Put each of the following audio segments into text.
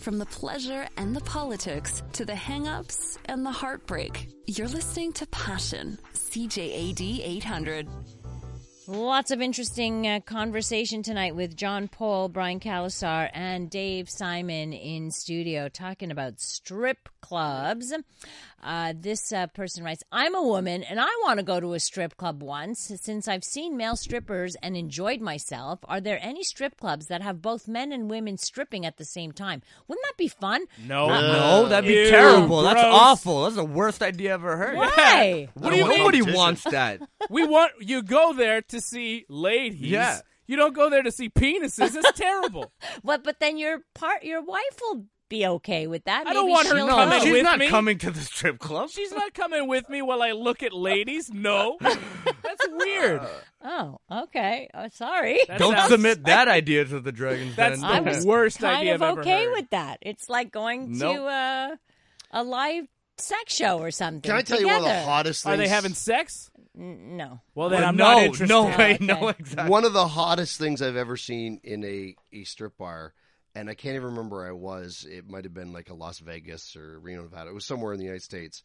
From the pleasure and the politics to the hangups and the heartbreak, you're listening to Passion, CJAD 800. Lots of interesting uh, conversation tonight with John Paul, Brian Calasar, and Dave Simon in studio talking about strip clubs. Uh, this uh, person writes I'm a woman and I want to go to a strip club once. Since I've seen male strippers and enjoyed myself, are there any strip clubs that have both men and women stripping at the same time? Wouldn't that be fun? No, Oh, No, that'd be Ew, terrible. That's gross. awful. That's the worst idea I've ever heard. Why? do What do you you mean? Nobody wants that. we want you go there to see ladies. Yeah. You don't go there to see penises. It's terrible. But, but then your part, your wife will be okay with that. I don't Maybe want her she'll coming know. with She's not me? coming to the strip club. She's not coming with me while I look at ladies. No. That's weird. Oh, okay. Oh, sorry. That Uh, Don't sounds- submit that idea to the Dragons. That's Den. the I was worst kind idea of I've ever okay heard. with that. It's like going Nope. to uh, a live sex show or something. Can I tell you one of the together. hottest things? Are they having sex? N- No. Well, then I'm no, not interested. Oh, no way, okay. no, exactly. one of the hottest things I've ever seen in a, a strip bar, and I can't even remember where I was. It might have been like a Las Vegas or Reno, Nevada. It was somewhere in the United States.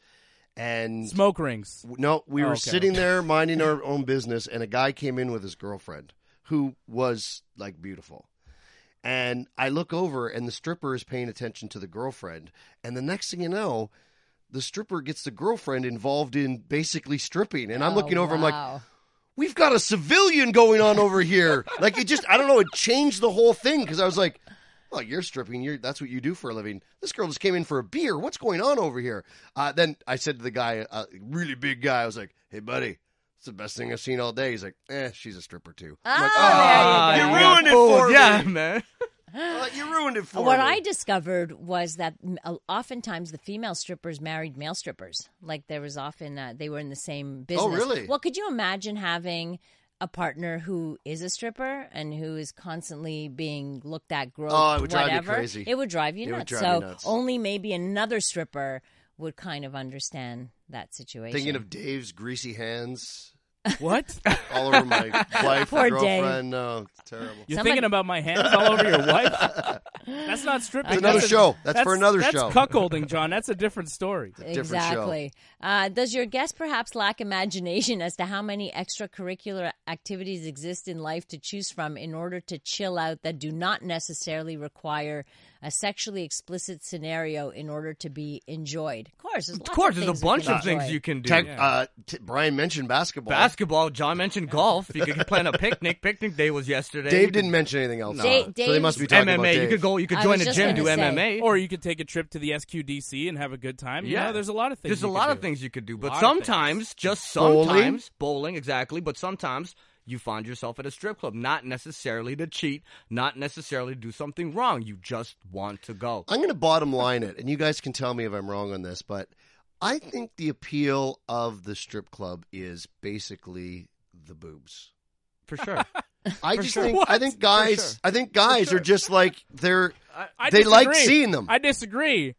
And Smoke rings. no, we Oh, were okay. sitting there minding our own business, and a guy came in with his girlfriend who was like beautiful. And I look over, and the stripper is paying attention to the girlfriend. And the next thing you know, the stripper gets the girlfriend involved in basically stripping. Oh, And I'm looking over, I'm like, we've got a civilian going on over here. like it just, I don't know, it changed the whole thing because I was like, well, you're stripping. You're, that's what you do for a living. This girl just came in for a beer. What's going on over here? Uh, then I said to the guy, a really big guy, I was like, hey, buddy. It's the best thing I've seen all day. He's like, "Eh, she's a stripper too." I'm like, Ah, "Oh, there you you go. ruined it for yeah, me. man. Uh, you ruined it for Ah. what me." I discovered was that m- uh, oftentimes the female strippers married male strippers. Like there was often uh, they were in the same business. Oh, really? Well, could you imagine having a partner who is a stripper and who is constantly being looked at, groped, Oh, it would drive me whatever? crazy. It would drive you It would nuts. drive so me nuts. only maybe another stripper would kind of understand that situation. thinking of Dave's greasy hands What? all over my wife, Poor Dave. girlfriend. No, it's terrible. You're Somebody- thinking about my hands all over your wife? That's not stripping. That's another a- show. That's for another that's show. cuckolding, John. That's a different story. different show. exactly. Uh, does your guest perhaps lack imagination as to how many extracurricular activities exist in life to choose from in order to chill out that do not necessarily require a sexually explicit scenario in order to be enjoyed? Of course, there's Of course, there's a bunch of enjoy. things you can do. Tech, uh, t- Brian mentioned basketball. Basketball. John mentioned golf. You could plan a picnic. Picnic day was yesterday. You Dave could- didn't mention anything else. Da- so they must be talking about MMA. You Dave. could go. You could I join was a just gym, gonna do say. MMA. Or you could take a trip to the SQDC and have a good time. You know, there's a lot of things. There's you a could lot do. of things you could do, Lot but of sometimes, just Bowling? sometimes, bowling exactly. But sometimes you find yourself at a strip club, not necessarily to cheat, not necessarily to do something wrong. You just want to go. I'm going to bottom line it, and you guys can tell me if I'm wrong on this, but I think the appeal of the strip club is basically the boobs. For sure. I For just sure. think I think guys sure. I think guys are just like they're I, I They like disagree. seeing them. I disagree.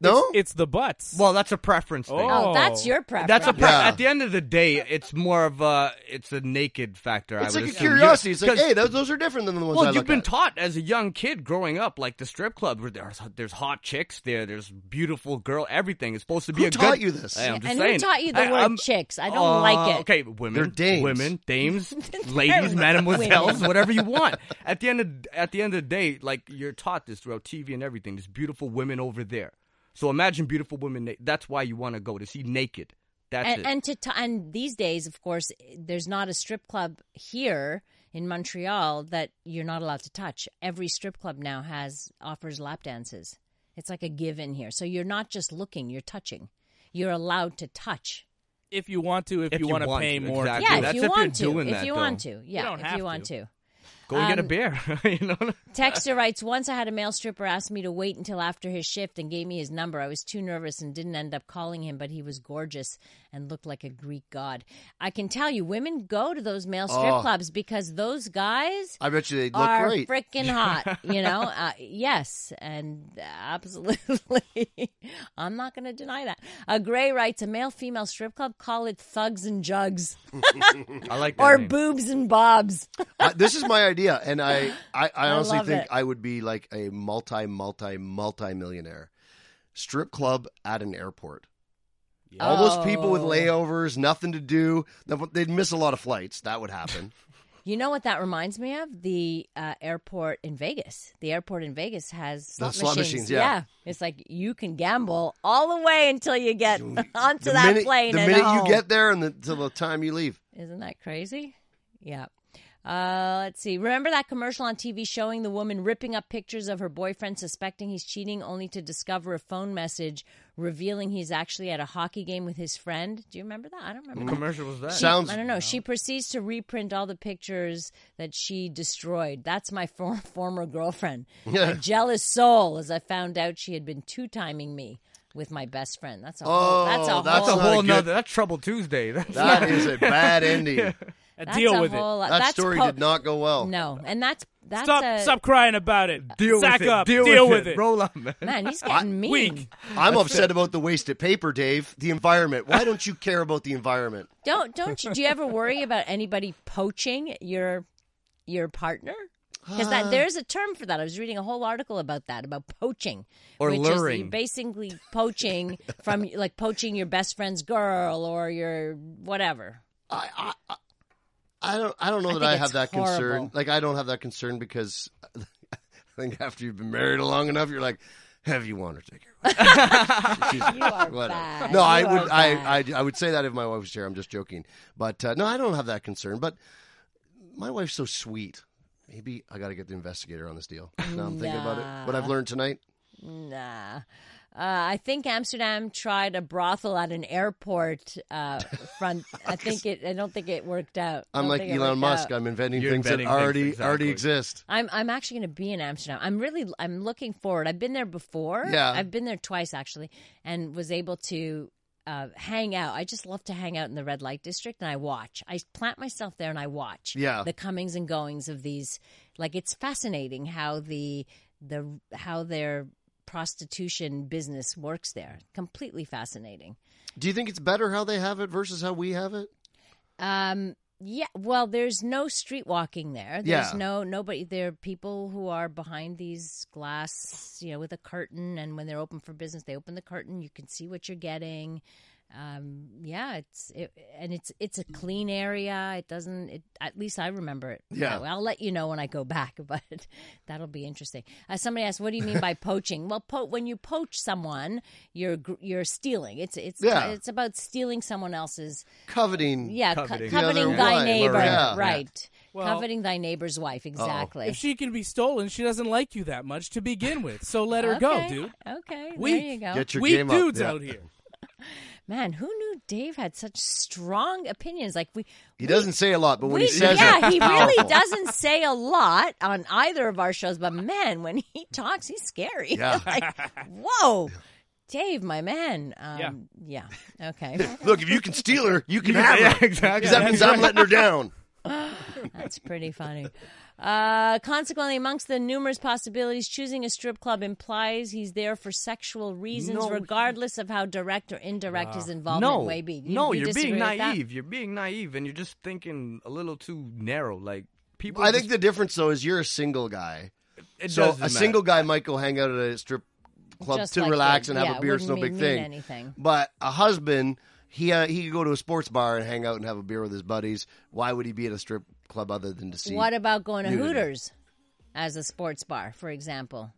no It's the butts. well, that's a preference thing. Oh. Oh, that's your preference. That's a pre- Yeah. at the end of the day, it's more of a it's a naked factor. I it's would like a assume. You- curiosity. It's like 'cause- hey, those, those are different than the ones Well, I you've look been at. taught as a young kid growing up, like the strip club, where there's there's hot chicks there, there's beautiful girl, everything. It's supposed to be Who a taught good. you this? Hey, I'm just And who saying. taught you the I- word I'm- chicks? I don't Uh, like it. Okay, women, They're dames. women, dames, ladies, mademoiselles, women. whatever you want. At the end of at the end of the day, like you're taught this throughout TV and everything. There's beautiful women over there. So imagine beautiful women. Na- that's why you want to go to see naked. That's and, it. and to t- and these days, of course, there's not a strip club here in Montreal that you're not allowed to touch. Every strip club now has offers lap dances. It's like a given here. So you're not just looking; you're touching. You're allowed to touch. if you want to, if, If you, you want to want pay to, more. exactly. Yeah, That's if you if you're want to. doing if that, you want though. to, yeah, don't if have you want to. to. go and get a um, beer. you know. Texter writes, once I had a male stripper ask me to wait until after his shift and gave me his number. I was too nervous and didn't end up calling him, but he was gorgeous and looked like a Greek god. I can tell you, women go to those male strip Oh. clubs because those guys I bet you they look are great. freaking hot, you know? Uh, yes, and absolutely. I'm not going to deny that. A Gray writes, a male female strip club, call it thugs and jugs I like that or name. boobs and bobs. I- this is my idea. And I, I, I honestly love think it. I would be like a multi, multi, multi millionaire. Strip club at an airport. All those people with Oh. layovers, nothing to do. They'd miss a lot of flights. That would happen. You know what that reminds me of? The uh, airport in Vegas. The airport in Vegas has slot, slot machines. machines, yeah. it's like you can gamble all the way until you get onto the that minute, plane. the and minute home. you get there and the, till the time you leave. Isn't that crazy? Yeah. Uh, let's see. Remember that commercial on TV showing the woman ripping up pictures of her boyfriend suspecting he's cheating, only to discover a phone message revealing he's actually at a hockey game with his friend? Do you remember that? I don't remember. Mm. What that. commercial was that? She- Sounds- I don't know. She proceeds to reprint all the pictures that she destroyed. That's my for- former girlfriend. A jealous soul, as I found out she had been two timing me with my best friend. That's a whole. That's a Oh, that's that's whole. a not a whole good- nother. That's Trouble Tuesday. That's That is a bad ending. Uh, that's deal a with whole it. lot- That that's story po- did not go well. No, and that's that's Stop, a stop crying about it. deal Sack with it. up. Deal, with, it. Roll up, man. man. He's getting mean. Weak. I'm upset about the wasted paper, Dave. The environment. Why don't you care about the environment? Don't don't you? Do you ever worry about anybody poaching your your partner? Because that there's a term for that. I was reading a whole article about that about poaching Or which is that luring. you're basically poaching from like poaching your best friend's girl or your whatever. I, I, I don't, I don't know I that think I have it's that concern. horrible. Like I don't have that concern because I think after you've been married long enough, you're like, have you want to take her? You are Whatever. bad. No, You I are would, I, bad. I, I would say that if my wife was here. I'm just joking, but uh, no, I don't have that concern. But my wife's so sweet. Maybe I got to get the investigator on this deal. Now I'm thinking about it. What I've learned tonight. Nah. Uh, I think Amsterdam tried a brothel at an airport uh, front. I think it. I don't think it worked out. I'm Don't like think it Elon worked Musk. out. I'm inventing You're things inventing that things, already exactly. already exist. I'm I'm actually going to be in Amsterdam. I'm really I'm looking forward. I've been there before. Yeah. I've been there twice actually, and was able to uh, hang out. I just love to hang out in the red light district, and I watch. I plant myself there, and I watch. Yeah. the comings and goings of these. Like it's fascinating how the the how their prostitution business works there. Completely fascinating. Do you think it's better how they have it versus how we have it? Um, yeah, well, there's no street walking there. There's Yeah. no nobody. There are people who are behind these glass, you know, with a curtain, and when they're open for business, they open the curtain. You can see what you're getting. Um, yeah, it's it, and it's it's a clean area. It doesn't. It, at least I remember it. that Yeah. way. I'll let you know when I go back, but that'll be interesting. Uh, somebody asked, "What do you mean by poaching?" Well, po- when you poach someone, you're gr- you're stealing. It's it's Yeah. it's about stealing someone else's Coveting. yeah, co- Coveting. coveting, The other thy wife, neighbor, yeah. right? Well- coveting thy neighbor's wife, exactly. If she can be stolen, she doesn't like you that much to begin with. So let her Okay, go, dude. Okay, Weak. there you go. Get your Weak game up. dudes Yeah. out here. Man, who knew Dave had such strong opinions? Like we, He doesn't say a lot, but when we he says yeah, it, he it's really powerful. doesn't say a lot on either of our shows, but man, when he talks, he's scary. Yeah. like, whoa. Dave, my man. Yeah. Um, yeah. Okay. Look, if you can steal her, you can have yeah, her. exactly. 'Cause that means I'm letting her down. That's pretty funny. Uh, consequently, amongst the numerous possibilities, choosing a strip club implies he's there for sexual reasons, No. Ah. regardless of how direct or indirect his involvement no, may be. You- no, you are disagree being with that? naive. You're being naive, and you're just thinking a little too narrow. Like people, I think just, the difference though is you're a single guy, it so a doesn't matter. single guy might go hang out at a strip club Just to like relax you. and have Yeah, a beer. It's wouldn't no mean- big mean thing. anything. But a husband, he uh, he could go to a sports bar and hang out and have a beer with his buddies. Why would he be at a strip club other than to see? What about going to Nudity. Hooters as a sports bar, for example?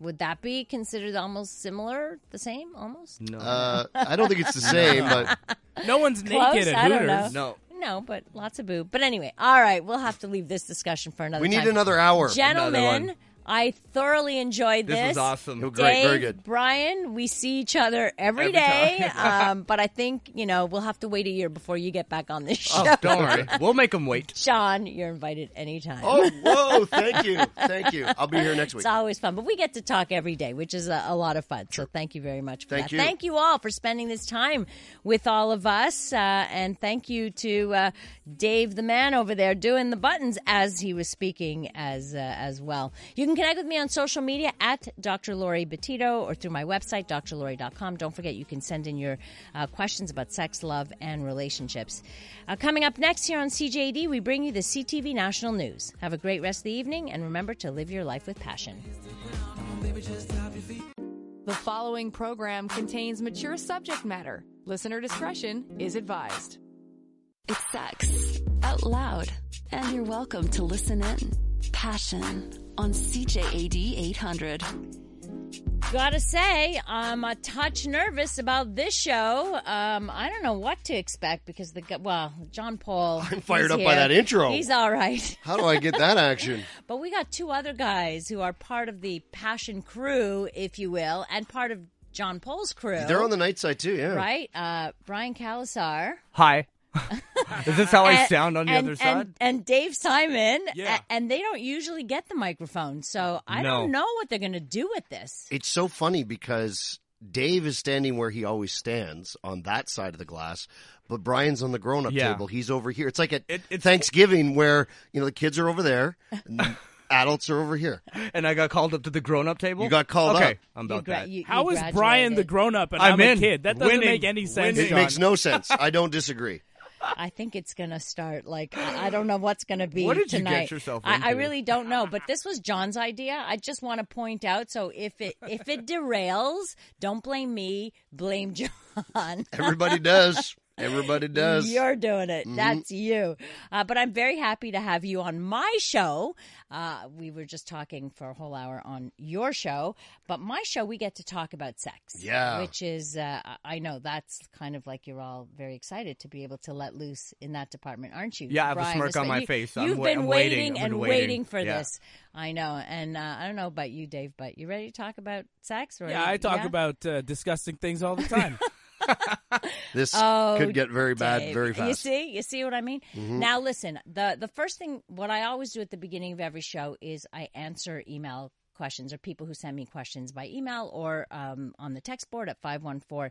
Would that be considered almost similar, the same, almost? no, Uh, I don't think it's the same, but No one's Close? naked I at don't know. Hooters. no. No, but lots of boob. But anyway, all right, we'll have to leave this discussion for another we need time. another hour. Gentlemen, one. I thoroughly enjoyed this. This was awesome. You're great. Dave, very good. Brian, we see each other every Every day, um, but I think you know we'll have to wait a year before you get back on this show. Oh, don't worry, we'll make them wait. Sean, you're invited anytime. Oh, whoa! Thank you, thank you. I'll be here next week. It's always fun, but we get to talk every day, which is a, a lot of fun. So thank you very much for Thank that. you. Thank you all for spending this time with all of us, uh, and thank you to uh, Dave, the man over there, doing the buttons as he was speaking as uh, as well. You can can connect with me on social media at Dr. Lori Batito or through my website, drlori.com. Don't forget, you can send in your uh, questions about sex, love, and relationships. Uh, coming up next here on CJD, we bring you the CTV National News. Have a great rest of the evening, and remember to live your life with passion. The following program contains mature subject matter. Listener discretion is advised. It's sex out loud, and you're welcome to listen in. Passion on CJAD 800. Gotta say, I'm a touch nervous about this show. Um, I don't know what to expect because the gu- well, John Paul. I'm fired he's up by here. that intro. He's all right, How do I get that action? but we got two other guys who are part of the Passion crew, if you will, and part of John Paul's crew. They're on the night side too, yeah. right. Uh, Brian Calasar. Hi. Is this how I and- Oh, sound on the and- other and- side? And Dave Simon. Yeah. a- And they don't usually get the microphone, so I No. don't know what they're going to do with this. It's so funny because Dave is standing where he always stands on that side of the glass, but Brian's on the grown up Yeah. table. He's over here. It's like at It- it's- Thanksgiving where, you know, the kids are over there and adults are over here. And I got called up to the grown-up table. You got called okay, up. I'm You about gra- that. you- How you is Brian the graduated. grown up and I'm I'm, in. a kid? That doesn't Winning. make any sense. It John. makes no sense. I don't disagree. I think it's going to start. Like I I don't know what's going to be. What did you get tonight. yourself I, I into? really don't know. But this was John's idea. I just want to point out. So if it if it derails, don't blame me. Blame John. Everybody does. Everybody does. You're doing it. Mm-hmm. That's you. Uh, but I'm very happy to have you on my show. Uh, we were just talking for a whole hour on your show, but my show, we get to talk about sex. Yeah. Which is, uh, I- I know that's kind of like you're all very excited to be able to let loose in that department, aren't you? Yeah, I have a smirk this on way- my you- face. I'm You've wa- been I'm waiting. waiting I've been and waiting. for Yeah. this. I know. And uh, I don't know about you, Dave, but you ready to talk about sex? Or Yeah, I talk yeah? about uh, disgusting things all the time. This Oh, could get very bad Dave. very You fast. Mm-hmm. see, you see what I mean. Now, listen. the The first thing, what I always do at the beginning of every show is I answer email questions or people who send me questions by email or um, on the text board at 514-800.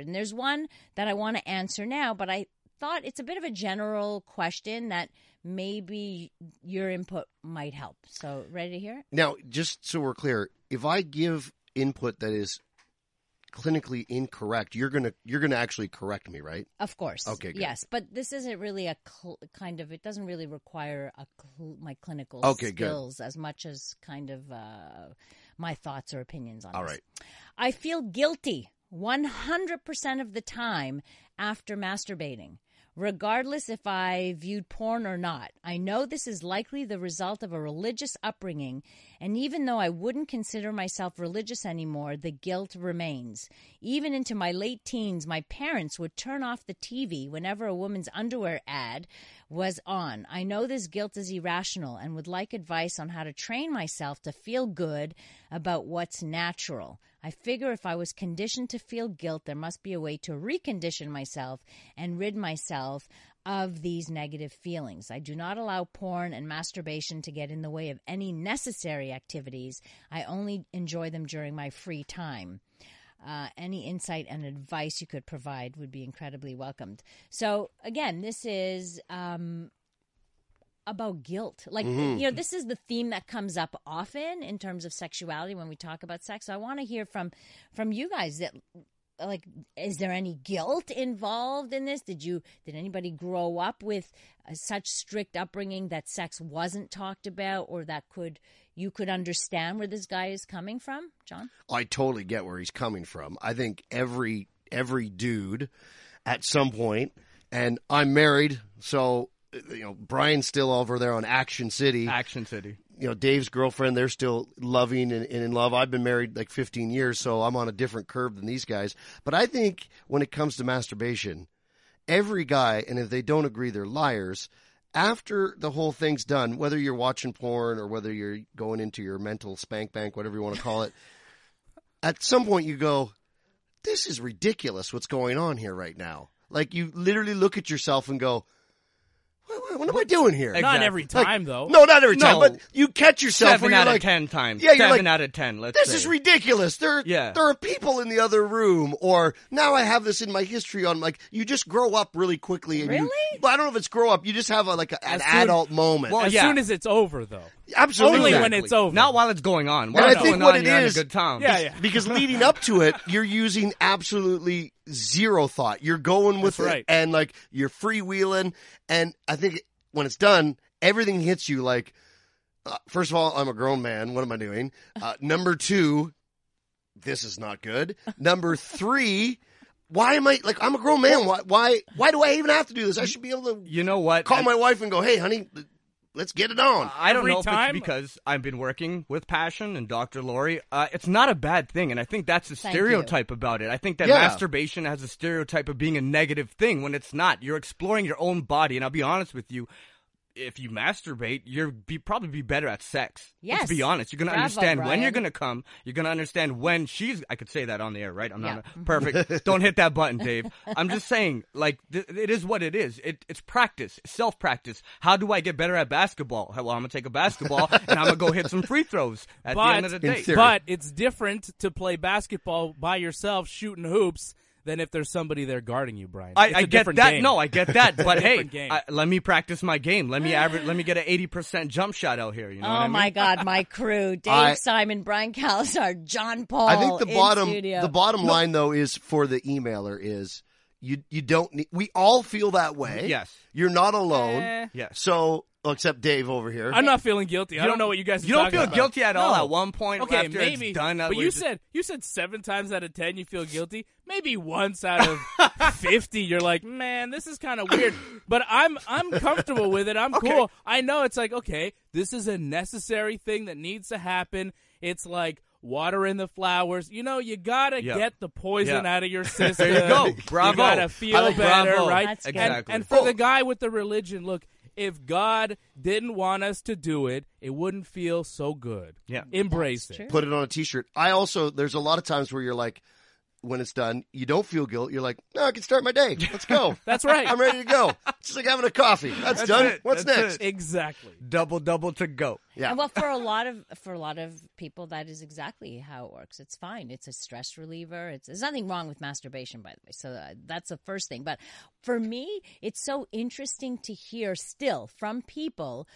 And there's one that I want to answer now, but I thought it's a bit of a general question that maybe your input might help. So, ready to hear it? Now, just so we're clear, if I give input that is clinically incorrect, you're gonna you're gonna actually correct me, right? Of course. Okay, good. Yes, but this isn't really a cl- kind of. It doesn't really require a cl- my clinical Okay, good. skills as much as kind of uh, my thoughts or opinions on. All this. right. I feel guilty 100% of the time after masturbating. Regardless if I viewed porn or not, I know this is likely the result of a religious upbringing, and even though I wouldn't consider myself religious anymore, the guilt remains. Even into my late teens, my parents would turn off the TV whenever a woman's underwear ad was on. I know this guilt is irrational and would like advice on how to train myself to feel good about what's natural. I figure if I was conditioned to feel guilt, there must be a way to recondition myself and rid myself of these negative feelings. I do not allow porn and masturbation to get in the way of any necessary activities. I only enjoy them during my free time. Uh, any insight and advice you could provide would be incredibly welcomed. So, again, this is um, about guilt. Like, you know, this is the theme that comes up often in terms of sexuality when we talk about sex. So I want to hear from from you guys that like is there any guilt involved in this did you did anybody grow up with uh, such strict upbringing that sex wasn't talked about or that could you could understand where this guy is coming from john I totally get where he's coming from. I think every every dude at some point, and I'm married, so you know Brian's still over there on Action City. Action City. you know Dave's girlfriend, they're still loving and, and in love. I've been married like 15 years, so I'm on a different curve than these guys. But I think when it comes to masturbation, every guy, and if they don't agree, they're liars. After the whole thing's done, whether you're watching porn or whether you're going into your mental spank bank, whatever you want to call it, at some point you go, "This is ridiculous. What's going on here right now?" Like you literally look at yourself and go, "What, what, what am I doing here?" Exactly. Not every Like, time though. No, not every time. No. But you catch yourself Seven where out you're of like, ten times. Yeah, you're Seven like, out of ten. Let's This say. is ridiculous. There, Yeah. there are people in the other room, or now I have this in my history. On like, you just grow up really quickly. And You, Really? well, I don't know if it's grow up. You just have a, like a, an As soon- adult moment. Well, As oh, yeah. soon as it's over though. Only Absolutely. when it's over. Not while it's going on. While And I it's think going what on, it you're having is- a good time. Yeah, yeah. because leading up to it, you're using absolutely zero thought. You're going with That's it, right. and like you're freewheeling. And I think when it's done, everything hits you. Like, uh, first of all, I'm a grown man. What am I doing? Uh, number two, this is not good. Number three, why am I like I'm a grown man? Why why why do I even have to do this? I should be able to You know what? call I- my wife and go, hey, honey, let's get it on. I don't Every know if time? it's because I've been working with Passion and Dr. Lori. Uh, it's not a bad thing, and I think that's a Thank stereotype about it. I think that Yeah. masturbation has a stereotype of being a negative thing when it's not. You're exploring your own body, and I'll be honest with you. If you masturbate, you're be, probably be better at sex. Yes. Let's be honest. You're gonna Bravo, understand when you're Brian. gonna come. You're gonna understand when she's. I could say that on the air, right? I'm Yeah. Mm-hmm. not perfect. Don't hit that button, Dave. I'm just saying, like th- it is what it is. It, it's practice, self practice. How do I get better at basketball? Well, I'm gonna take a basketball and I'm gonna go hit some free throws at the end of the But, day. theory. but it's different to play basketball by yourself shooting hoops than if there's somebody there guarding you, Brian. I, It's I a get different that. game. No, I get that. But hey, different game. I, let me practice my game. Let me average. Let me get an eighty percent jump shot out here. You know Oh what I mean? my God, my crew: Dave I- Simon, Brian Calzar, John Paul. I think the in bottom studio. the bottom line though is for the emailer is you you don't need we all feel that way. Yes. You're not alone. Eh. Yes. So well, except Dave over here. I'm not feeling guilty. I don't know what you guys. Are You don't talking feel about. guilty at all No. at one point Okay, after maybe. it's done. uh, but we're you just- said you said seven times out of ten you feel guilty. Maybe once out of fifty you're like, man, this is kind of weird. But I'm I'm comfortable with it. I'm cool. I know it's like okay, this is a necessary thing that needs to happen. It's like water in the flowers. You know, you gotta Yeah. get the poison Yeah. out of your system. There you go. Bravo. You gotta feel I like better, bravo. right? That's And- good. Exactly. and for the guy with the religion, look. If God didn't want us to do it, it wouldn't feel so good. Yeah. Embrace it. true. Put it on a t-shirt. I also there's a lot of times where you're like when it's done, you don't feel guilt. You're like, no, I can start my day. Let's go. That's right. I'm ready to go. It's just like having a coffee. That's, That's done. it. What's That's next? it. Exactly. double double to go. Yeah. And well, for a lot of for a lot of people, that is exactly how it works. It's fine. It's a stress reliever. It's there's nothing wrong with masturbation, by the way. So uh, that's the first thing. But for me, it's so interesting to hear still from people.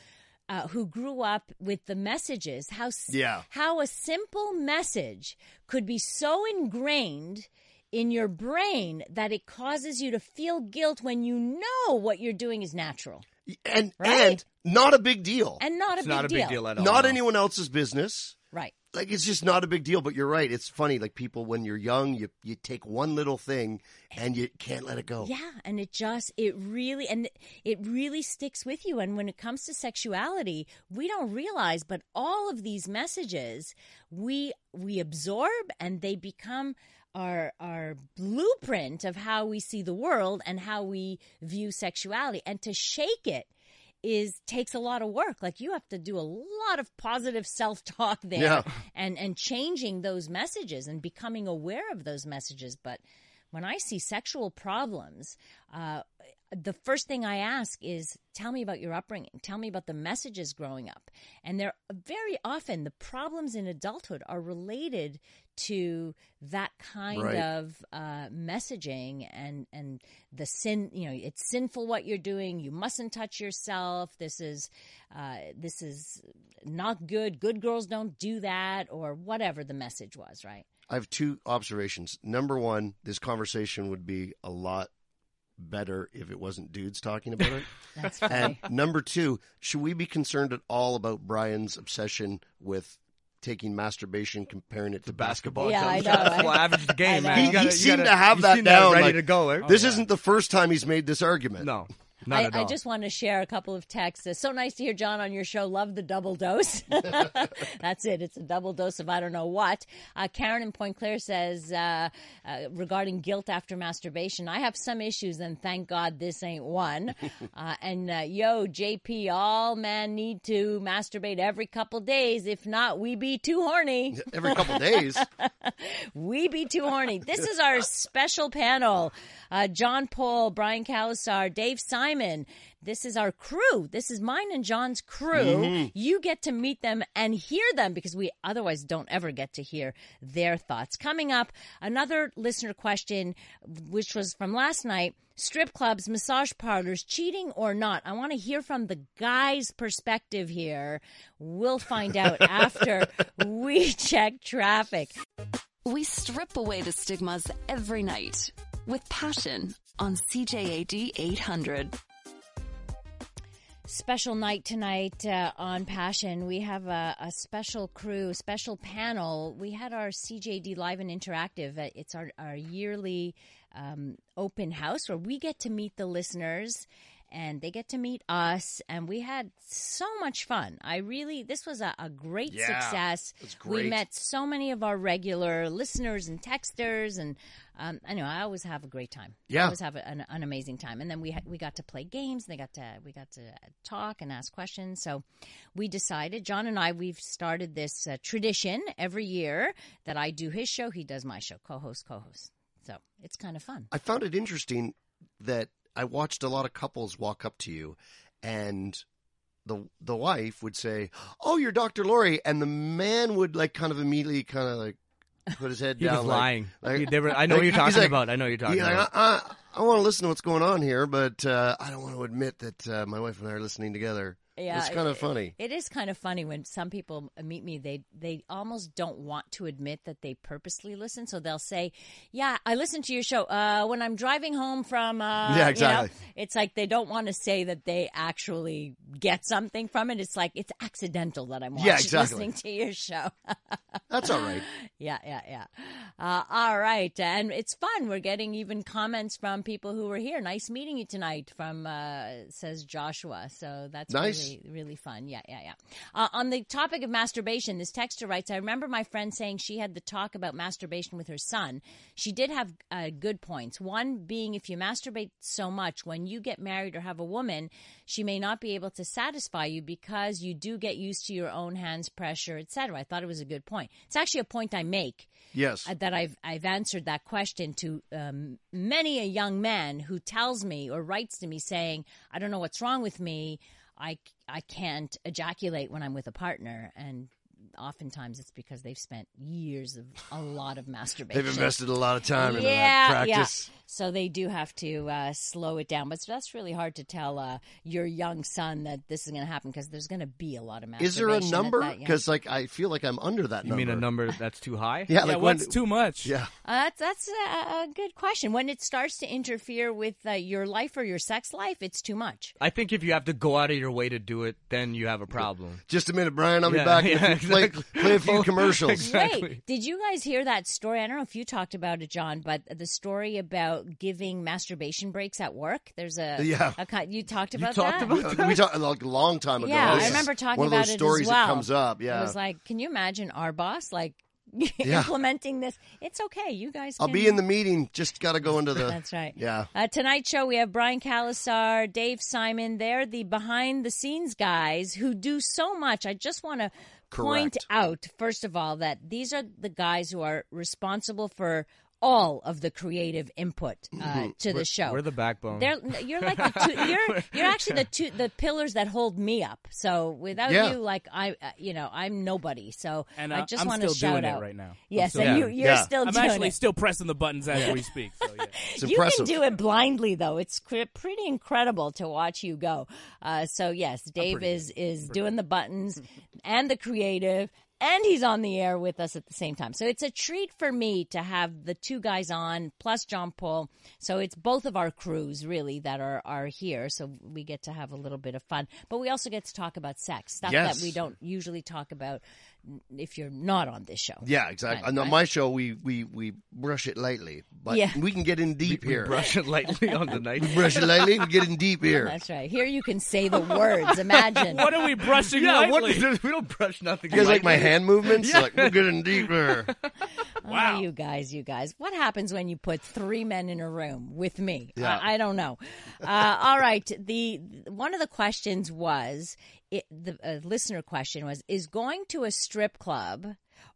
Uh, who grew up with the messages? How s- Yeah. how a simple message could be so ingrained in your brain that it causes you to feel guilt when you know what you're doing is natural And Right? and not a big deal. and not a, It's big, not a deal. big deal at all. not no. anyone else's business. Right. like it's just not a big deal but you're right it's funny like people when you're young you you take one little thing and you can't let it go Yeah, and it just it really and it really sticks with you and when it comes to sexuality, we don't realize but all of these messages we we absorb and they become our our blueprint of how we see the world and how we view sexuality and to shake it is takes a lot of work like you have to do a lot of positive self-talk there Yeah. and and changing those messages and becoming aware of those messages but when i see sexual problems uh, the first thing i ask is tell me about your upbringing tell me about the messages growing up and they're very often the problems in adulthood are related to that kind Right. of uh, messaging and and the sin you know it's sinful what you're doing you mustn't touch yourself this is uh, this is not good good girls don't do that or whatever the message was right i have two observations number one this conversation would be a lot better if it wasn't dudes talking about it that's and funny number two should we be concerned at all about brian's obsession with taking masturbation comparing it to basketball Yeah, I jump know, shots. right? Well, average the game, know. man. he, You gotta- he you seemed gotta- to have you that seem to have down ready like, to go. eh? this isn't the first time he's made this argument No, not I, at I all. just want to share a couple of texts. It's so nice to hear John on your show. Love the double dose. That's it. It's a double dose of I don't know what. Uh, Karen in Point Claire says uh, uh, regarding guilt after masturbation, I have some issues, and thank God this ain't one. Uh, and uh, yo, JP, all men need to masturbate every couple days. If not, we be too horny. every couple days We be too horny. This is our special panel. Uh, John Paul, Brian Calasar, Dave Simon. Simon. This is our crew. This is mine and John's crew. You get to meet them and hear them because we otherwise don't ever get to hear their thoughts. Coming up, another listener question, which was from last night strip clubs, massage parlors, cheating or not. I want to hear from the guy's perspective here. We'll find out after we check traffic. We strip away the stigmas every night with passion on CJAD 800. Special night tonight uh, on Passion. We have a, a special crew, special panel. We had our CJD Live and Interactive. Uh, It's our, our yearly um, open house where we get to meet the listeners and they get to meet us. And we had so much fun. I really, this was a, a great Yeah, success. it's We great. met so many of our regular listeners and texters. And um, I know I always have a great time. I Yeah. always have a- an, an amazing time. And then we ha- we got to play games. And they got to we got to talk and ask questions. So we decided, John and I, we've started this uh, tradition every year that I do his show, he does my show, co-host, co-host. So it's kind of fun. I found it interesting that I watched a lot of couples walk up to you and the the wife would say, "Oh, you're Dr. Lori," and the man would like kind of immediately kind of like put his head He down was like- lying. like- He never- I know what you're he's talking like- about. I know what you're talking he's like, "Uh, about. I, I, I want to listen to what's going on here, but uh, I don't want to admit that uh, my wife and I are listening together. Yeah, it's kind it- of funny. It is kind of funny when some people meet me; they they almost don't want to admit that they purposely listen. So they'll say, "Yeah, I listen to your show uh, when I'm driving home from." Uh, Yeah, you know." exactly. it's like they don't want to say that they actually get something from it. It's like it's accidental that I'm watching, Yeah, exactly. listening to your show. That's all right. Yeah, yeah, yeah. Uh, all right, and it's fun. We're getting even comments from people who were here. Nice meeting you tonight. From uh, says Joshua. So that's Nice. really really fun. Yeah, yeah, yeah. Uh, on the topic of masturbation, this texter writes: I remember my friend saying she had the talk about masturbation with her son. She did have uh, good points. One being, if you masturbate so much, when you get married or have a woman, she may not be able to satisfy you because you do get used to your own hands pressure, etc. I thought it was a good point. It's actually a point I make Yes. uh, that I've I've answered that question to um, many a young man who tells me or writes to me saying, "I don't know what's wrong with me. I I can't ejaculate when I'm with a partner." And oftentimes it's because they've spent years of a lot of masturbation. They've invested a lot of time in yeah, that practice. yeah. So they do have to uh, slow it down, but so that's really hard to tell uh, your young son that this is going to happen because there's going to be a lot of Is masturbation. there a at number? that young- Because like I feel like I'm under that You number. mean a number that's too high? Yeah, yeah, like what's when, too much? Yeah, Uh, that's that's a, a good question. When it starts to interfere with uh, your life or your sex life, it's too much. I think if you have to go out of your way to do it, then you have a problem. just a minute, Brian. I'll Yeah, be back. in a yeah, few- play- exactly. play a few commercials. Exactly. Wait, did you guys hear that story? I don't know if you talked about it, John, but the story about giving masturbation breaks at work. There's a Yeah. a kind- you talked about talked that. about we talked like a long time ago. yeah, This I is remember talking one of about those it stories as well. that comes up. Yeah, I was like, can you imagine our boss like implementing this? It's okay, you guys. I'll can- be in the meeting. Just got to go into the. That's right. Yeah. Uh, tonight's show, we have Brian Calasar, Dave Simon. They're the behind the scenes guys who do so much. I just want to point Correct. out, first of all, that these are the guys who are responsible for all of the creative input Mm-hmm. uh, to the show. We're the backbone. They're, you're like the two, you're you're actually the two the pillars that hold me up. So without Yeah. you, like I, uh, you know, I'm nobody. So And I I- just I'm want to still shout doing it out right now. I'm Yes, still and you, doing you're it. Yeah. still I'm doing actually it. still pressing the buttons as we speak. So yeah. It's You can impressive. do it blindly though. It's cr- pretty incredible to watch you go. Uh, so yes, Dave is is doing the buttons and the creative, and he's on the air with us at the same time. So it's a treat for me to have the two guys on plus John Paul. So it's both of our crews really that are are here. So we get to have a little bit of fun, but we also get to talk about sex stuff Yes. that we don't usually talk about if you're not on this show. Yeah, exactly. Right, On right. my show, we we we brush it lightly, but Yeah. we can get in deep We here. brush it lightly on the night. Brush it lightly. We get in deep here. That's right. Here you can say the words. Imagine. What are we brushing yeah, what, lightly? we don't brush nothing. You guys like my lightly. hand movements? Like we're getting deeper. Wow. you guys, you guys. What happens when you put three men in a room with me? Yeah. I, I don't know. Uh, all right. The one of the questions was it, the uh, listener question was: Is going to a strip club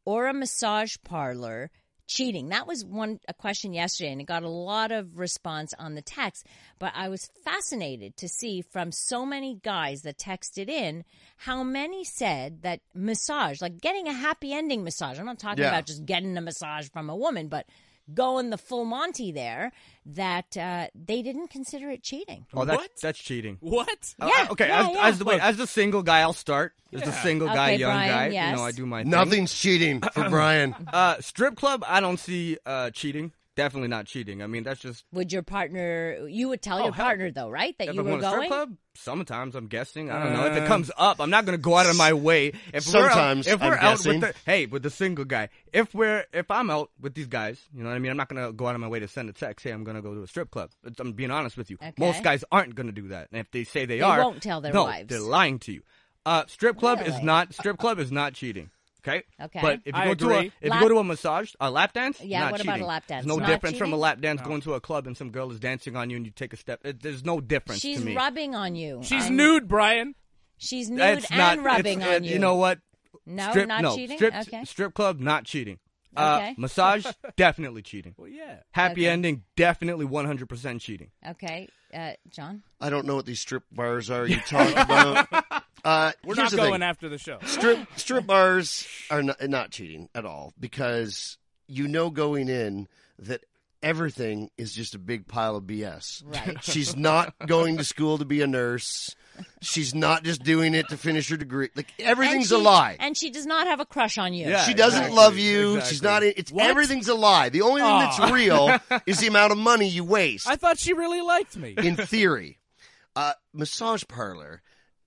or a massage parlor cheating? That was one a question yesterday, and it got a lot of response on the text. But I was fascinated to see from so many guys that texted in how many said that massage, like getting a happy ending massage. I'm not talking Yeah. about just getting a massage from a woman, but going the full Monty there. That uh, they didn't consider it cheating. Oh, that, What? that's cheating. What? Uh, Yeah, okay. yeah, as, yeah. as the wait, as the single guy, I'll start. As the Yeah. single guy, Okay, young Brian, guy, you yes. know, I do my thing. Nothing's cheating for Brian. Uh, strip club, I don't see uh, cheating. Definitely not cheating. I mean, that's just. Would your partner? You would tell your Oh, hell. partner though, right? That If you I'm were going to strip going. club, sometimes I'm guessing. I don't know. If it comes up, I'm not going to go out of my way. If Uh, Sometimes, we're out, if I'm we're out guessing. with the hey with the single guy, if we're if I'm out with these guys, you know what I mean. I'm not going to go out of my way to send a text. Hey, I'm going to go to a strip club. It's- I'm being honest with you. Okay. Most guys aren't going to do that. And if they say they, They are, won't tell their no, wives. They're lying to you. Uh, strip club Really? is not strip club is not cheating. Okay. Okay. But if you I go to a agree. if Lap- you go to a massage, a lap dance, Yeah, not what about cheating. a lap dance? There's no Not difference from cheating? a lap dance going to a club and some girl is dancing on you and you take a step. It, there's no difference She's to me. rubbing on you. She's I'm- nude, Brian. She's nude That's not and rubbing it's- on it- you. You know what? No, strip, not no. cheating. Strip, okay. strip club, not cheating. Uh, Okay. Massage, definitely cheating. Well, yeah. Happy Okay. ending, definitely 100% cheating. Okay. Uh, John. I don't know what these strip bars are you talking about. Uh, We're here's not the going thing. after the show. strip strip bars are not, not cheating at all because you know going in that everything is just a big pile of BS. Right. She's not going to school to be a nurse. She's not just doing it to finish her degree. Like And everything's she- a lie. And she does not have a crush on you. Yeah. she doesn't exactly, love you. exactly. She's not. in- It's What? everything's a lie. The only thing that's Aw. real is the amount of money you waste I thought she really liked me. in theory, uh, massage parlor,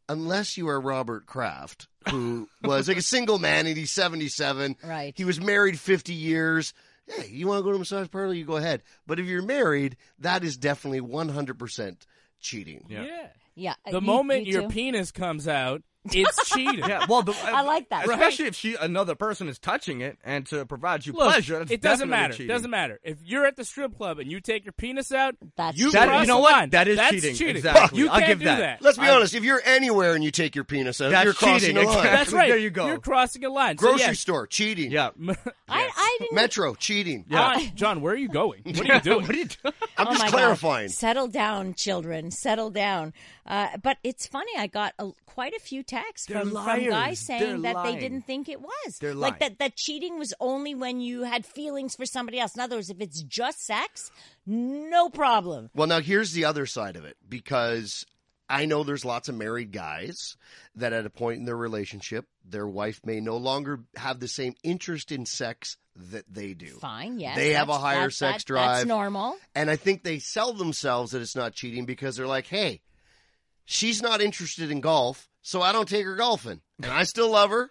unless you are Robert Kraft, who was like a single man and he's 77. Right. He was married 50 years. Hey, you want to go to a massage parlor? You go ahead. But if you're married, that is definitely 100% cheating. Yeah. yeah. Yeah. uh, The you- moment you your too? penis comes out, it's cheating. Yeah, well, the, I like that. Especially if she another person is touching it and to provide you Look, pleasure. That's it doesn't definitely matter. Cheating. Doesn't matter. If you're at the strip club and you take your penis out, That's you, cheating. That- cross you know the what? line. That is That's cheating. cheating. Exactly. You I'll can't give do that. that. Let's be honest. If you're anywhere and you take your penis out, That's you're crossing cheating, the line. exactly. That's right. There you go. You're crossing a line. So, Grocery yes. store, cheating. Yeah. I, I didn't. Metro, cheating. John, John, where are you going? What are you doing? What are you doing? I'm Oh just my God. clarifying. Settle down, children. Settle down. Uh, but it's funny. I got a, quite a few texts They're from, from liars. guys saying They're that they lying. didn't think it was. They're like lying. that. That cheating was only when you had feelings for somebody else. In other words, if it's just sex, no problem. Well, now here's the other side of it because I know there's lots of married guys that at a point in their relationship, their wife may no longer have the same interest in sex that they do. Fine. Yes. They have a that's- higher that- sex that- That's drive. normal. And I think they sell themselves that it's not cheating because they're like, hey, she's not interested in golf, so I don't take her golfing. And I still love her.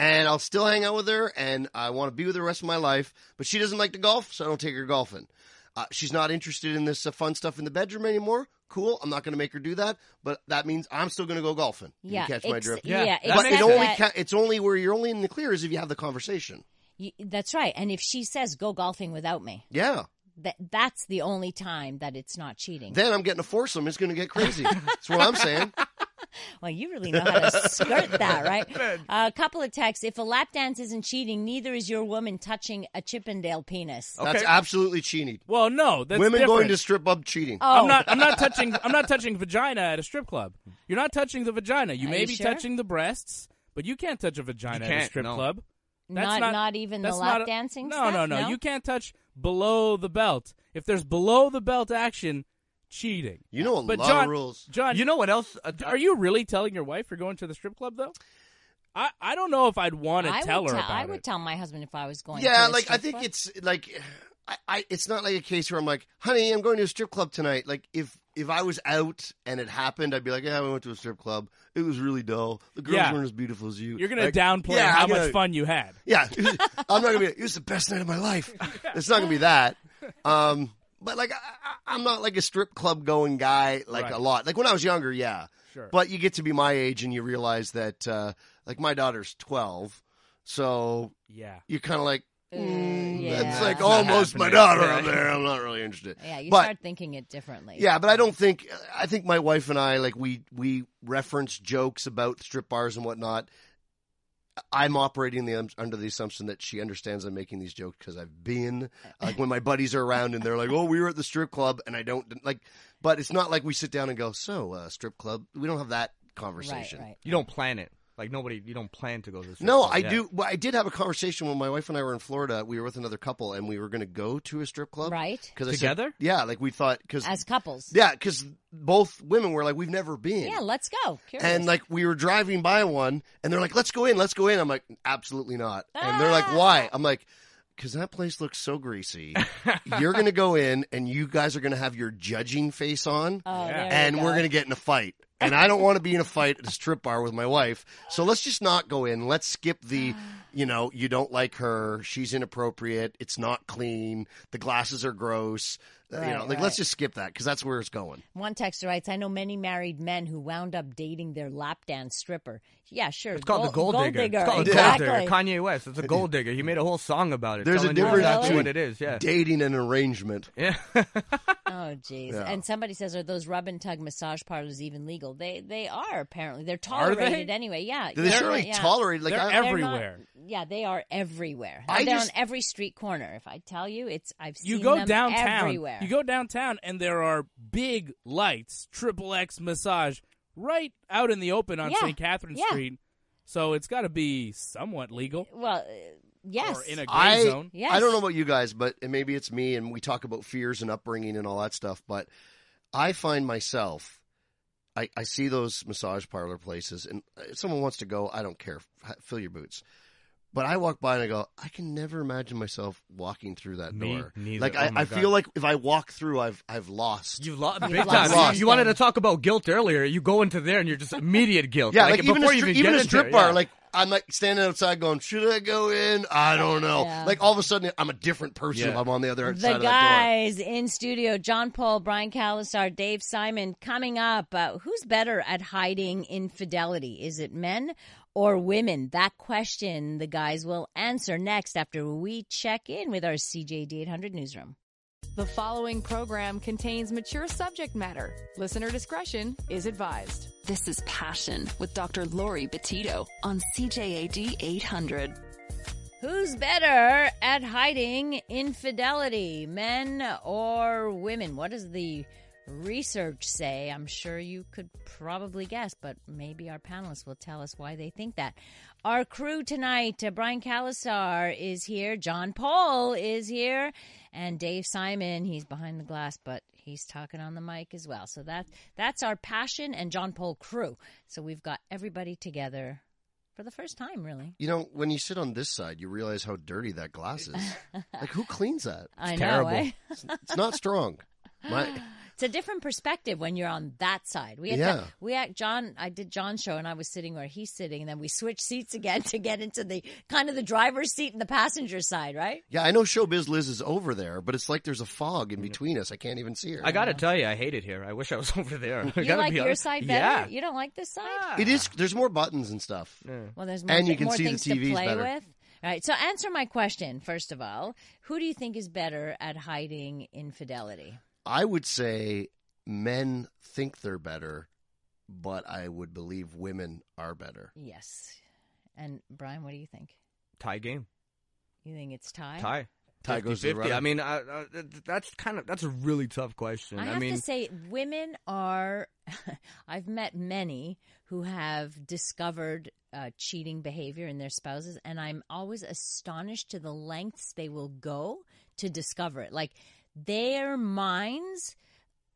And I'll still hang out with her, and I want to be with her the rest of my life. But she doesn't like to golf, so I don't take her golfing. Uh, she's not interested in this uh, fun stuff in the bedroom anymore. Cool, I'm not going to make her do that, but that means I'm still going to go golfing. You Yeah. catch my ex- drift. Yeah. Yeah, that But except it only that- ca- it's only where you're only in the clear is if you have the conversation. Y- That's right. And if she says go golfing without me, Yeah, that that's the only time that it's not cheating. then I'm getting a foursome. It's going to get crazy. That's what I'm saying. well, you really know how to skirt that, right? a couple of texts. If a lap dance isn't cheating, neither is your woman touching a Chippendale penis. That's Okay. absolutely cheating. Well, no. That's Women different. going to strip up cheating. Oh, I'm not. I'm not touching. I'm not touching vagina at a strip club. You're not touching the vagina. You Are may you be sure? touching the breasts, but you can't touch a vagina at a can't, strip no. club. That's not, not even the that's lap not a- dancing No, stuff? no, no, You can't touch below the belt. If there's below the belt action, cheating. You know a But lot John, of rules. John, You know what else? Uh, are you really telling your wife you're going to the strip club though? I I don't know if I'd want to I tell would her tell, about I it. would tell my husband if I was going Yeah, to a like I strip think club. it's like I, I it's not like a case where I'm like, honey, I'm going to a strip club tonight. Like if if I was out and it happened, I'd be like, yeah, we went to a strip club. It was really dull. The girls Yeah. weren't as beautiful as you. You're gonna Like, downplay yeah, how I'm much gonna- fun you had. Yeah, it was- I'm not gonna be. Like, it was the best night of my life. It's not gonna be that. Um, but like, I, I, I'm not like a strip club going guy. Like Right. a lot. Like when I was younger, yeah. Sure. But you get to be my age and you realize that, uh, like, my daughter's 12, so Yeah. you're kind of like, Mm, yeah. it's like Not almost my happening. daughter Yeah. on there. I'm not really interested. Yeah, you but, start thinking it differently. Yeah, but I don't think I think my wife and I like we we reference jokes about strip bars and whatnot. I'm operating the um, under the assumption that she understands I'm making these jokes because I've been like when my buddies are around and they're like, "Oh, we were at the strip club," and I don't like. But it's not like we sit down and go, "So, uh, strip club." We don't have that Right, conversation. right. You don't plan it. Like nobody, you don't plan to go to this. No, I do. Well, I did have a conversation when my wife and I were in Florida. We were with another couple, and we were going to go to a strip club, Right. Cause I said- Together? yeah, like we thought because As couples. yeah, because both women were like, we've never been. Yeah, let's go. Curious. and like we were driving by one, and they're like, "Let's go in, let's go in." I'm like, "Absolutely not." And they're like, Ah. "Why?" I'm like, "Cause that place looks so greasy. You're gonna go in, and you guys are gonna have your judging face on, oh, there we and we're go. gonna get in a fight." And I don't want to be in a fight at a strip bar with my wife, so let's just not go in. Let's skip the, you know, you don't like her, she's inappropriate, it's not clean, the glasses are gross, uh, you Right, know, like right. let's just skip that because that's where it's going. One texter writes, I know many married men who wound up dating their lap dance stripper. Yeah, sure. It's called the gold, digger. It's called the exactly. gold digger. Kanye West. It's a gold digger. He made a whole song about it. There's a telling you difference exactly between- what it is. Yeah. Dating an arrangement. Yeah. Oh, jeez. Yeah. And somebody says, are those rub and tug massage parlors even legal? They they are, apparently. They're Are they? tolerated anyway. Yeah. They yeah, surely yeah. tolerate like They're I- ev- They're not- Everywhere. yeah, they are everywhere. I They're just- on every street corner. If I tell you, it's I've seen You go them downtown. everywhere. You go downtown, and there are big lights, triple X massage, right out in the open on Yeah, St. Catherine yeah. Street. So it's got to be somewhat legal well, uh, yes. or in a gray I, zone. Yes. I don't know about you guys, but and maybe it's me and we talk about fears and upbringing and all that stuff, but I find myself I, I see those massage parlor places and uh, if someone wants to go, I don't care. F- Fill your boots. But I walk by and I go, I can never imagine myself walking through that Me door. neither. Like Oh I, my I God. feel like if I walk through I've I've lost. You lost You've big lost time. You- everything. You wanted to talk about guilt earlier. You go into there and you're just immediate guilt. yeah, like, even a, before you stri- get even a in strip there, bar, yeah. like I'm like standing outside going, Should I go in? I don't know. Yeah. Like all of a sudden I'm a different person if Yeah. I'm on the other side the of that door. guys in studio john paul brian Callisar, dave simon coming up uh, who's better at hiding infidelity is it men or women that question the guys will answer next after we check in with our cjd 800 newsroom The following program contains mature subject matter. Listener discretion is advised. This is Passion with Dr. Lori Batito on CJAD 800. who's better at hiding infidelity men or women what does the research say i'm sure you could probably guess but maybe our panelists will tell us why they think that our crew tonight uh, brian Callisar is here john paul is here and dave simon he's behind the glass but he's talking on the mic as well so that that's our passion and john paul crew so we've got everybody together for the first time really You know, when you sit on this side, you realize how dirty that glass is. like, who cleans that? i terrible. know eh? It's, it's not strong. My, It's a different perspective when you're on that side. We had Yeah. we had John. I did John's show, and I was sitting where he's sitting, and then we switched seats again to get into the kind of the driver's seat and the passenger side, right? yeah, I know Showbiz Liz is over there, but it's like there's a fog in between us. I can't even see her. I gotta tell you, I hate it here. I wish I was over there. I You gotta like be your honest. side better. Yeah. Ah. You don't like this side. It is. There's more buttons and stuff. Well, there's more, And you thi- can more see the things TVs to play better. with. All right. So answer my question first of all. Who do you think is better at hiding infidelity? I would say men think they're better, but I would believe women are better. Yes. And Brian, what do you think? Tie game. You think it's tie? Tie. Tie goes to the 50-50. runner. I mean, I, I, that's kind of that's a really tough question. I I, have mean, to say, women are. I've met many who have discovered uh, cheating behavior in their spouses, and I'm always astonished to the lengths they will go to discover it. Like their minds,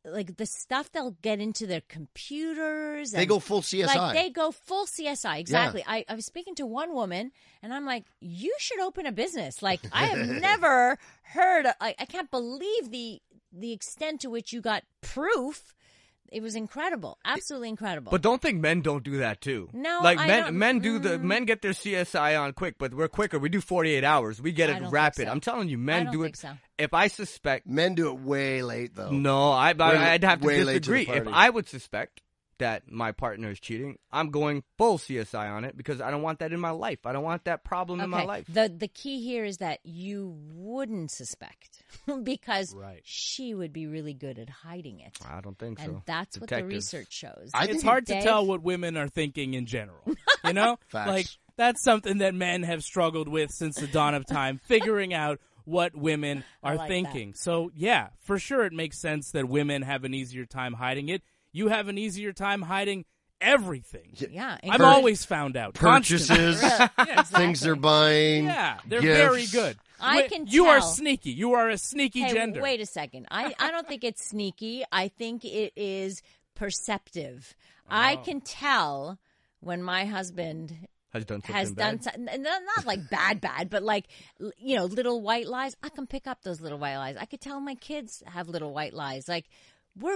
like the stuff they'll get into their computers. They and- go full CSI. Like they go full CSI. Exactly. I, I was speaking to one woman, and I'm like, "You should open a business." Like I have never heard. Of, I, I can't believe the the extent to which you got proof. It was incredible, absolutely incredible. but don't think men don't do that too. No, like I men, don't- Mm. men do the men get their CSI on quick, but we're quicker. We do 48 hours. We get I it don't think rapid. so. I'm telling you, I men don't do think it. so. If I suspect, men do it way late though. no, I, Way- I I'd have to way late to the disagree. if party. I would suspect that my partner is cheating, I'm going full CSI on it because I don't want that in my life. I don't want that problem in my life. The the key here is that you wouldn't suspect because Right. she would be really good at hiding it, I don't think so. and that's what the Detectives. research shows. I think it's hard to Dave- tell what women are thinking in general. You know, Facts. like that's something that men have struggled with since the dawn of time, figuring out what women are like that. thinking. So, yeah, for sure it makes sense that women have an easier time hiding it. You have an easier time hiding everything. Yeah, I'm including- always found out. constantly. Purchases, things exactly. they're buying. Yeah, they're gifts. very good. I Wait, can You are tell. sneaky. You are a sneaky Hey, gender. wait a second. I, I don't think it's sneaky. I think it is perceptive. I Oh. can tell when my husband Has done something has done bad. something, not, not like bad, bad, but like, l- you know, little white lies. I can pick up those little white lies. I could tell my kids have little white lies. Like, we're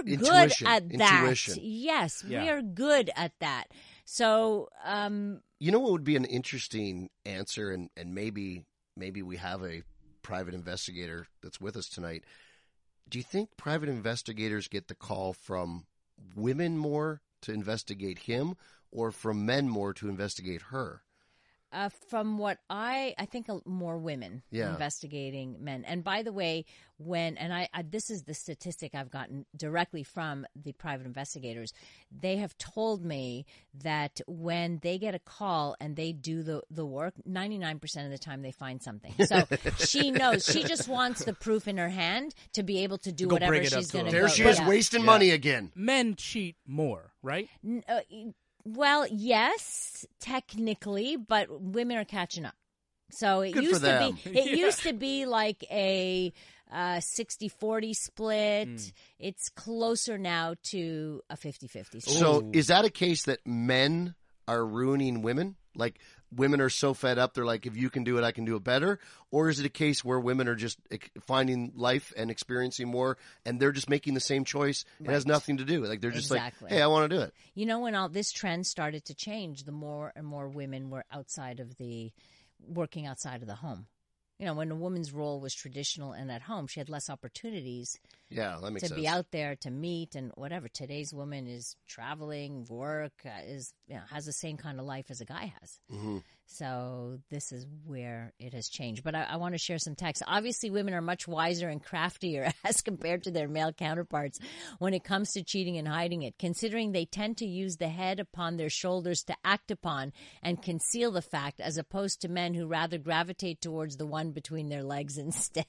good Intuition. at that. Intuition. Yes, Yeah. we are good at that. So, um, You know what would be an interesting answer, and, and maybe maybe we have a private investigator that's with us tonight. Do you think private investigators get the call from women more to investigate him, or from men more to investigate her? Uh, from what I, I think a- more women Yeah. investigating men. And by the way, when and I, I, this is the statistic I've gotten directly from the private investigators. They have told me that when they get a call and they do the the work, ninety nine percent of the time they find something. So she knows. She just wants the proof in her hand to be able to do Go whatever bring it up she's to going to. them. There go, she is, yeah. wasting money again. Men cheat more, right? N- uh, y- well, yes, technically, but women are catching up. So it Good for used to them. be it Yeah. used to be like a uh, 60-40 split. Hmm. It's closer now to a 50-50 split. So is that a case that men are ruining women? Like women are so fed up, they're like, if you can do it, I can do it better. Or is it a case where women are just ex- finding life and experiencing more, and they're just making the same choice? It has nothing to do. Like they're just Exactly. like, hey, I want to do it. You know when all this trend started to change, the more and more women were outside of the working outside of the home. You know, when a woman's role was traditional and at home, she had less opportunities Yeah, that makes to sense. be out there to meet and whatever. Today's woman is traveling, work uh, is you know, has the same kind of life as a guy has. So this is where it has changed. But I, I want to share some text. Obviously, women are much wiser and craftier as compared to their male counterparts when it comes to cheating and hiding it. Considering they tend to use the head upon their shoulders to act upon and conceal the fact, as opposed to men who rather gravitate towards the one between their legs instead.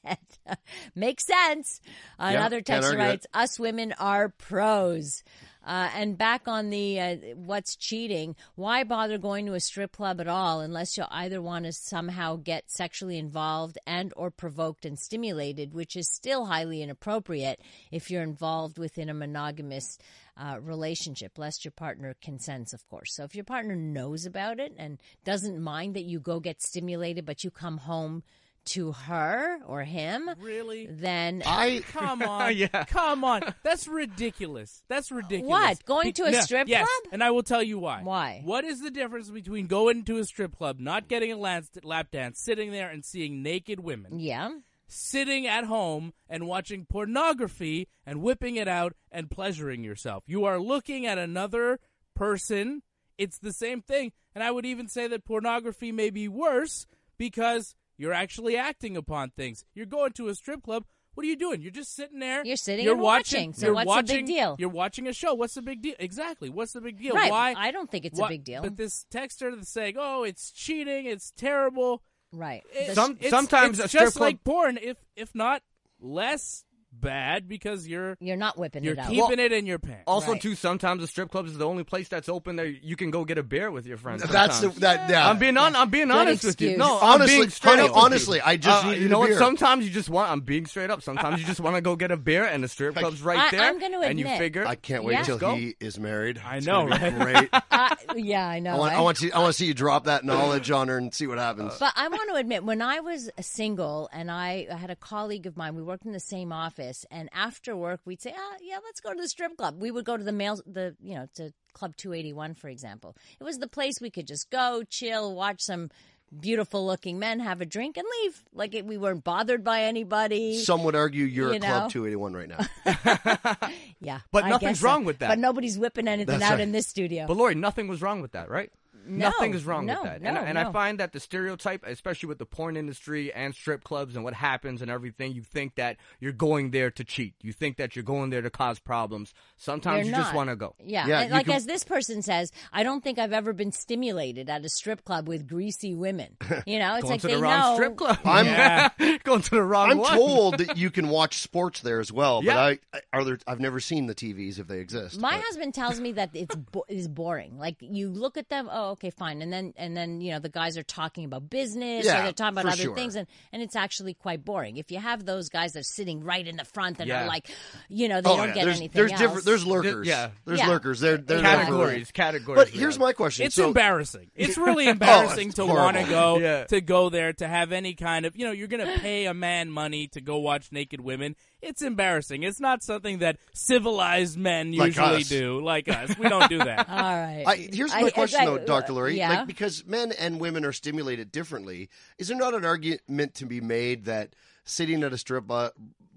Makes sense. Another can't text argue it. writes, us women are pros. Uh, and back on the uh, what's cheating, why bother going to a strip club at all unless you either want to somehow get sexually involved and or provoked and stimulated, which is still highly inappropriate if you're involved within a monogamous uh, relationship, lest your partner consents, of course. So if your partner knows about it and doesn't mind that you go get stimulated, but you come home to her or him, Really? then I Come on. Yeah. Come on. That's ridiculous. That's ridiculous. What? Going to a No, strip yes, club? And I will tell you why. Why? What is the difference between going to a strip club, not getting a lap, lap dance, sitting there and seeing naked women, yeah. sitting at home and watching pornography and whipping it out and pleasuring yourself? You are looking at another person. It's the same thing. And I would even say that pornography may be worse because you're actually acting upon things. You're going to a strip club. What are you doing? You're just sitting there. You're sitting You're and watching, so you're what's the watching, big deal? You're watching a show. What's the big deal? Exactly. What's the big deal? Right. Why? I don't think it's a why- big deal. But this texter that's saying, "Oh, it's cheating. It's terrible." Right. It- Some- it's- sometimes it's a strip just club- like porn, if if not less bad, because you're You're not whipping you're it out. keeping it in your pants. Also, Right. too, sometimes the strip clubs is the only place that's open that you can go get a beer with your friends. that's the, sometimes. that yeah. I'm being on. I'm being honest with you. excuse. No, Honestly- I'm being straight honey, up. with honestly, you. I just uh, needed you a know beer. what? Sometimes you just want. I'm being straight up. Sometimes you just want to go get a beer, and the strip club's right I- there. I'm gonna and you admit- figure. I can't wait Yeah. till Let's he is married. I It's know, gonna be great. Uh, yeah, I know. I want, I right? want to, I want to see you drop that knowledge on her and see what happens. But I want to admit, when I was single and I, I had a colleague of mine, we worked in the same office, and after work we'd say, "Ah, yeah, let's go to the strip club." We would go to the male, the you know, to Club Two Eighty One, for example. It was the place we could just go, chill, watch some beautiful looking men, have a drink, and leave. Like it, we weren't bothered by anybody. Some would argue you're You a club know? 281 right now. yeah, But I nothing's guess so. wrong with that. But nobody's whipping anything That's out right. in this studio. but Lori, nothing was wrong with that, right? Nothing is wrong no, with that. no, and and I no. find that the stereotype, especially with the porn industry and strip clubs and what happens and everything, you think that you're going there to cheat. You think that you're going there to cause problems. Sometimes You're you just not. want to go. Yeah, Yeah, and you like can- as this person says, I don't think I've ever been stimulated at a strip club with greasy women. You know, it's Going like to they the wrong know strip club. I'm- going to the wrong I'm one. told that you can watch sports there as well, Yeah. but I, I are there, I've never seen the TVs if they exist. My but- husband tells me that it's bo- it is boring. Like you look at them, oh, okay, fine, and then and then you know the guys are talking about business or Yeah, they're talking about for other sure. things, and and it's actually quite boring. If you have those guys that are sitting right in the front and Yeah. are like, you know, they oh, don't yeah. get there's, anything. there's else. different. There's lurkers. yeah. There's Yeah. lurkers. They're they're not great. categories, categories. But here's yeah. my question. It's so, embarrassing. It's really embarrassing it's to horrible. want to go Oh, Yeah. to go there to have any kind of you know you're gonna pay a man money to go watch naked women. It's embarrassing. It's not something that civilized men Like usually us. do. Like us, we don't do that. All right. I, here's I- my I- question, I- though, Dr. Lurie. Yeah. Like, because men and women are stimulated differently, is there not an argument to be made that sitting at a strip bu-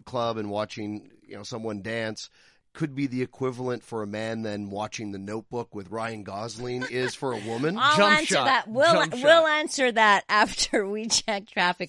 club and watching, you know, someone dance could be the equivalent for a man than watching The Notebook with Ryan Gosling is for a woman? I'll Jump answer shot. that. We'll Jump we'll shot. answer that after we check traffic.